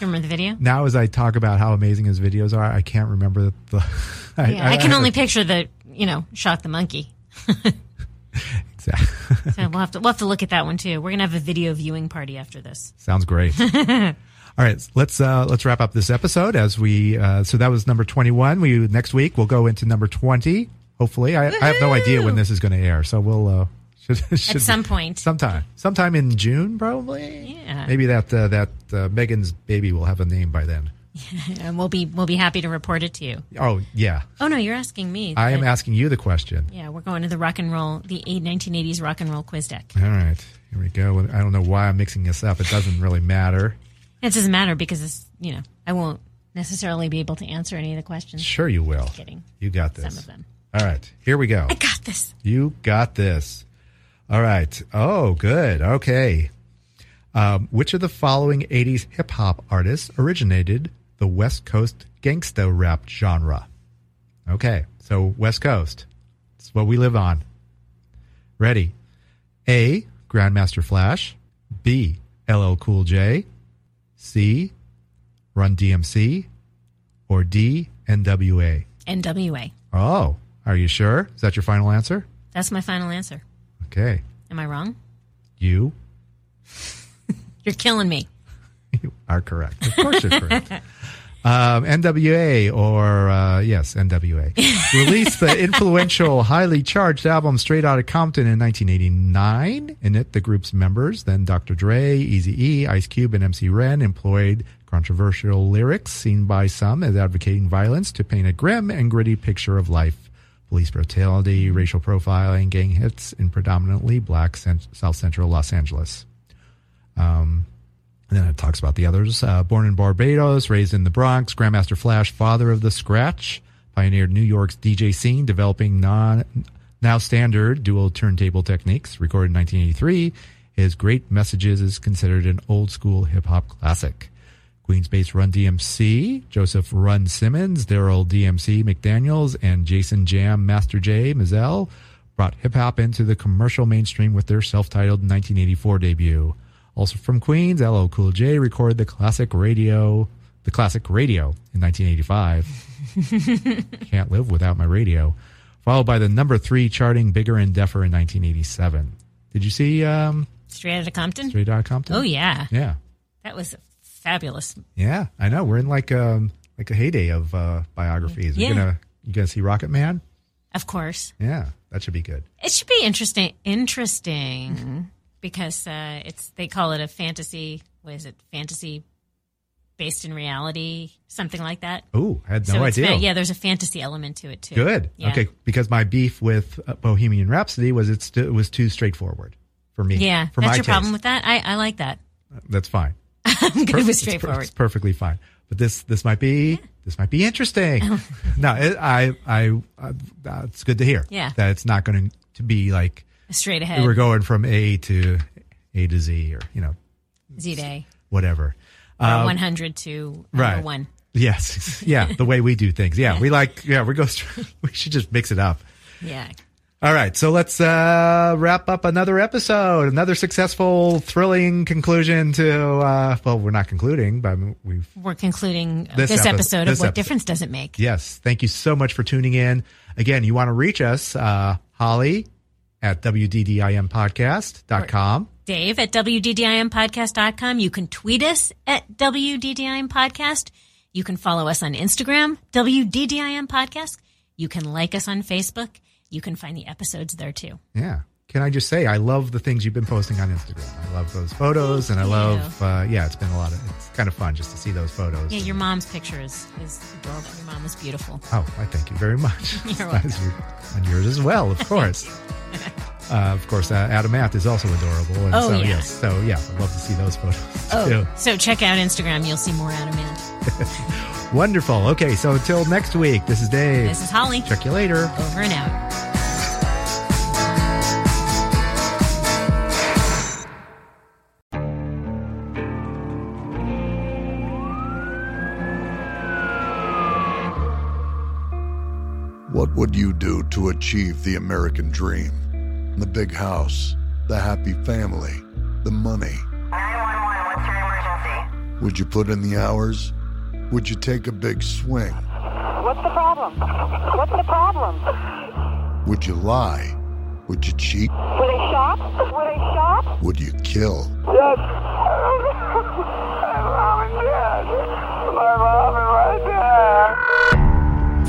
S2: Remember the video?
S1: now as I talk about how amazing his videos are, I can't remember the. I,
S2: Yeah, I, can only picture the you know shock the monkey.
S1: Exactly.
S2: So we'll have to we'll have to look at that one too. We're gonna have a video viewing party after this.
S1: Sounds great. All right, let's uh, let's wrap up this episode as we. Uh, so that was number twenty one. We next week we'll go into number twenty. Hopefully, I, I have no idea when this is going to air, so we'll uh, should, should
S2: At some point,
S1: sometime sometime in June probably.
S2: Yeah.
S1: maybe that uh, that uh, Megan's baby will have a name by then.
S2: and we'll be we'll be happy to report it to you.
S1: Oh yeah,
S2: Oh no, you're asking me.
S1: I am asking you the question.
S2: Yeah, we're going to the rock and roll, the eight- 1980s rock and roll quiz deck.
S1: All right, here we go. I don't know why I'm mixing this up. It doesn't really matter.
S2: It doesn't matter because it's you know I won't necessarily be able to answer any of the questions.
S1: Sure, you will.
S2: Kidding.
S1: You got this.
S2: Some of them.
S1: All right, here we go.
S2: I got this.
S1: You got this. All right. Oh, good. Okay. Um, which of the following 80s hip hop artists originated the West Coast gangsta rap genre? Okay. So, West Coast. It's what we live on. Ready? A. Grandmaster Flash. B. LL Cool J. C. Run DMC. Or D. NWA.
S2: NWA.
S1: Oh, are you sure? Is that your final answer?
S2: That's my final answer.
S1: Okay.
S2: Am I wrong?
S1: You
S2: You're killing me.
S1: you are correct. Of course you're correct. Um, NWA or uh, yes, NWA released the influential, highly charged album "Straight Outta Compton" in 1989. In it, the group's members, then Dr. Dre, Eazy-E, Ice Cube, and MC Ren, employed controversial lyrics seen by some as advocating violence to paint a grim and gritty picture of life. Police brutality, racial profiling, gang hits in predominantly black cent- South Central Los Angeles. And then it talks about the others. Uh, born in Barbados, raised in the Bronx, Grandmaster Flash, father of the scratch, pioneered New York's DJ scene, developing non, now standard dual turntable techniques. Recorded in 1983, his Great Messages is considered an old school hip hop classic. Queens based Run DMC, Joseph Run Simmons, Daryl DMC McDaniels, and Jason Jam Master J Mazel brought hip hop into the commercial mainstream with their self titled 1984 debut. Also from Queens, LL Cool J recorded the classic radio, the classic radio in 1985. Can't live without my radio. Followed by the number three charting Bigger and Deafer in 1987. Did you see um,
S2: Straight out of Compton.
S1: Straight Outta Compton?
S2: Oh yeah,
S1: Yeah.
S2: that was fabulous.
S1: Yeah, I know. We're in like um like a heyday of uh biographies.
S2: Yeah.
S1: You're gonna you gonna see Rocket Man?
S2: Of course,
S1: Yeah, that should be good.
S2: it should be interesting. Interesting because uh, it's they call it a fantasy. What is it? Fantasy based in reality, something like that.
S1: Oh, I had no
S2: it's
S1: idea.
S2: fa- yeah, there's a fantasy element to it too.
S1: Good.
S2: Yeah.
S1: Okay, because my beef with uh, Bohemian Rhapsody was it's it was too straightforward for me.
S2: Yeah,
S1: for my
S2: that's your
S1: taste.
S2: problem with that. I, I like that.
S1: That's fine.
S2: I'm good
S1: Perfect. It's
S2: with
S1: per-
S2: straightforward.
S1: It's, perfectly fine. But this this might be this might be
S2: Oh.
S1: interesting. no, it, I I uh, it's good to hear.
S2: Yeah. Uh,
S1: that it's not going to be like
S2: Straight
S1: we're
S2: ahead,
S1: going from A to A to Z or you know
S2: Z Day,
S1: whatever.
S2: from 100 to number
S1: Uh, right.
S2: one.
S1: Yes. Yeah. The way we do things. Yeah. We like, yeah, we go, str- we should just mix it up.
S2: Yeah.
S1: All right. So let's uh, wrap up another episode, another successful, thrilling conclusion to, uh, well, we're not concluding, but we've,
S2: We're concluding this,
S1: This epi-
S2: episode of
S1: this
S2: What
S1: episode.
S2: Difference Does It Make?
S1: yes. Thank you so much for tuning in. Again, you want to reach us, uh, Holly at WDDIMpodcast.com.
S2: Dave at WDDIMpodcast.com. You can tweet us at WDDIMpodcast. You can follow us on Instagram, WDDIMpodcast. You can like us on Facebook. You can find the episodes there too.
S1: Yeah. can I just say I love the things you've been posting on Instagram. I love those photos, and I
S2: Thank
S1: love uh, yeah. It's been a lot of it's kind of fun just to see those photos.
S2: Yeah, your mom's picture is, is adorable. Your mom was beautiful.
S1: Oh, I thank you very much.
S2: You're
S1: As you- and yours as well, of course. uh, of course, uh, Adam Math is also adorable. And
S2: Oh,
S1: so,
S2: yeah. Oh.
S1: yes. So, yeah, I'd love to see those photos. too.
S2: So check out Instagram. You'll see more out of man.
S1: Wonderful. Okay, so until next week, this is Dave.
S2: This is Holly.
S1: Check you later.
S2: Over and out.
S5: What would you do to achieve the American dream? The big house, the happy family, the money.
S6: 911, what's your emergency?
S5: Would you put in the hours? Would you take a big swing?
S6: What's the problem? What's the problem?
S5: Would you lie? Would you cheat?
S6: Were they shot? Were they shot?
S5: Would you kill?
S6: Yes. My mom and dad. My mom and my dad.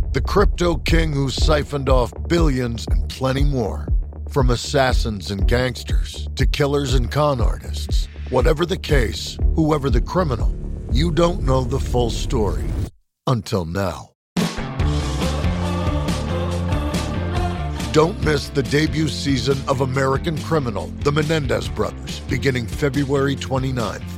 S5: the crypto king who siphoned off billions, and plenty more. From assassins and gangsters to killers and con artists, whatever the case, whoever the criminal, you don't know the full story until now. Don't miss the debut season of American Criminal, The Menendez Brothers, beginning February 29th.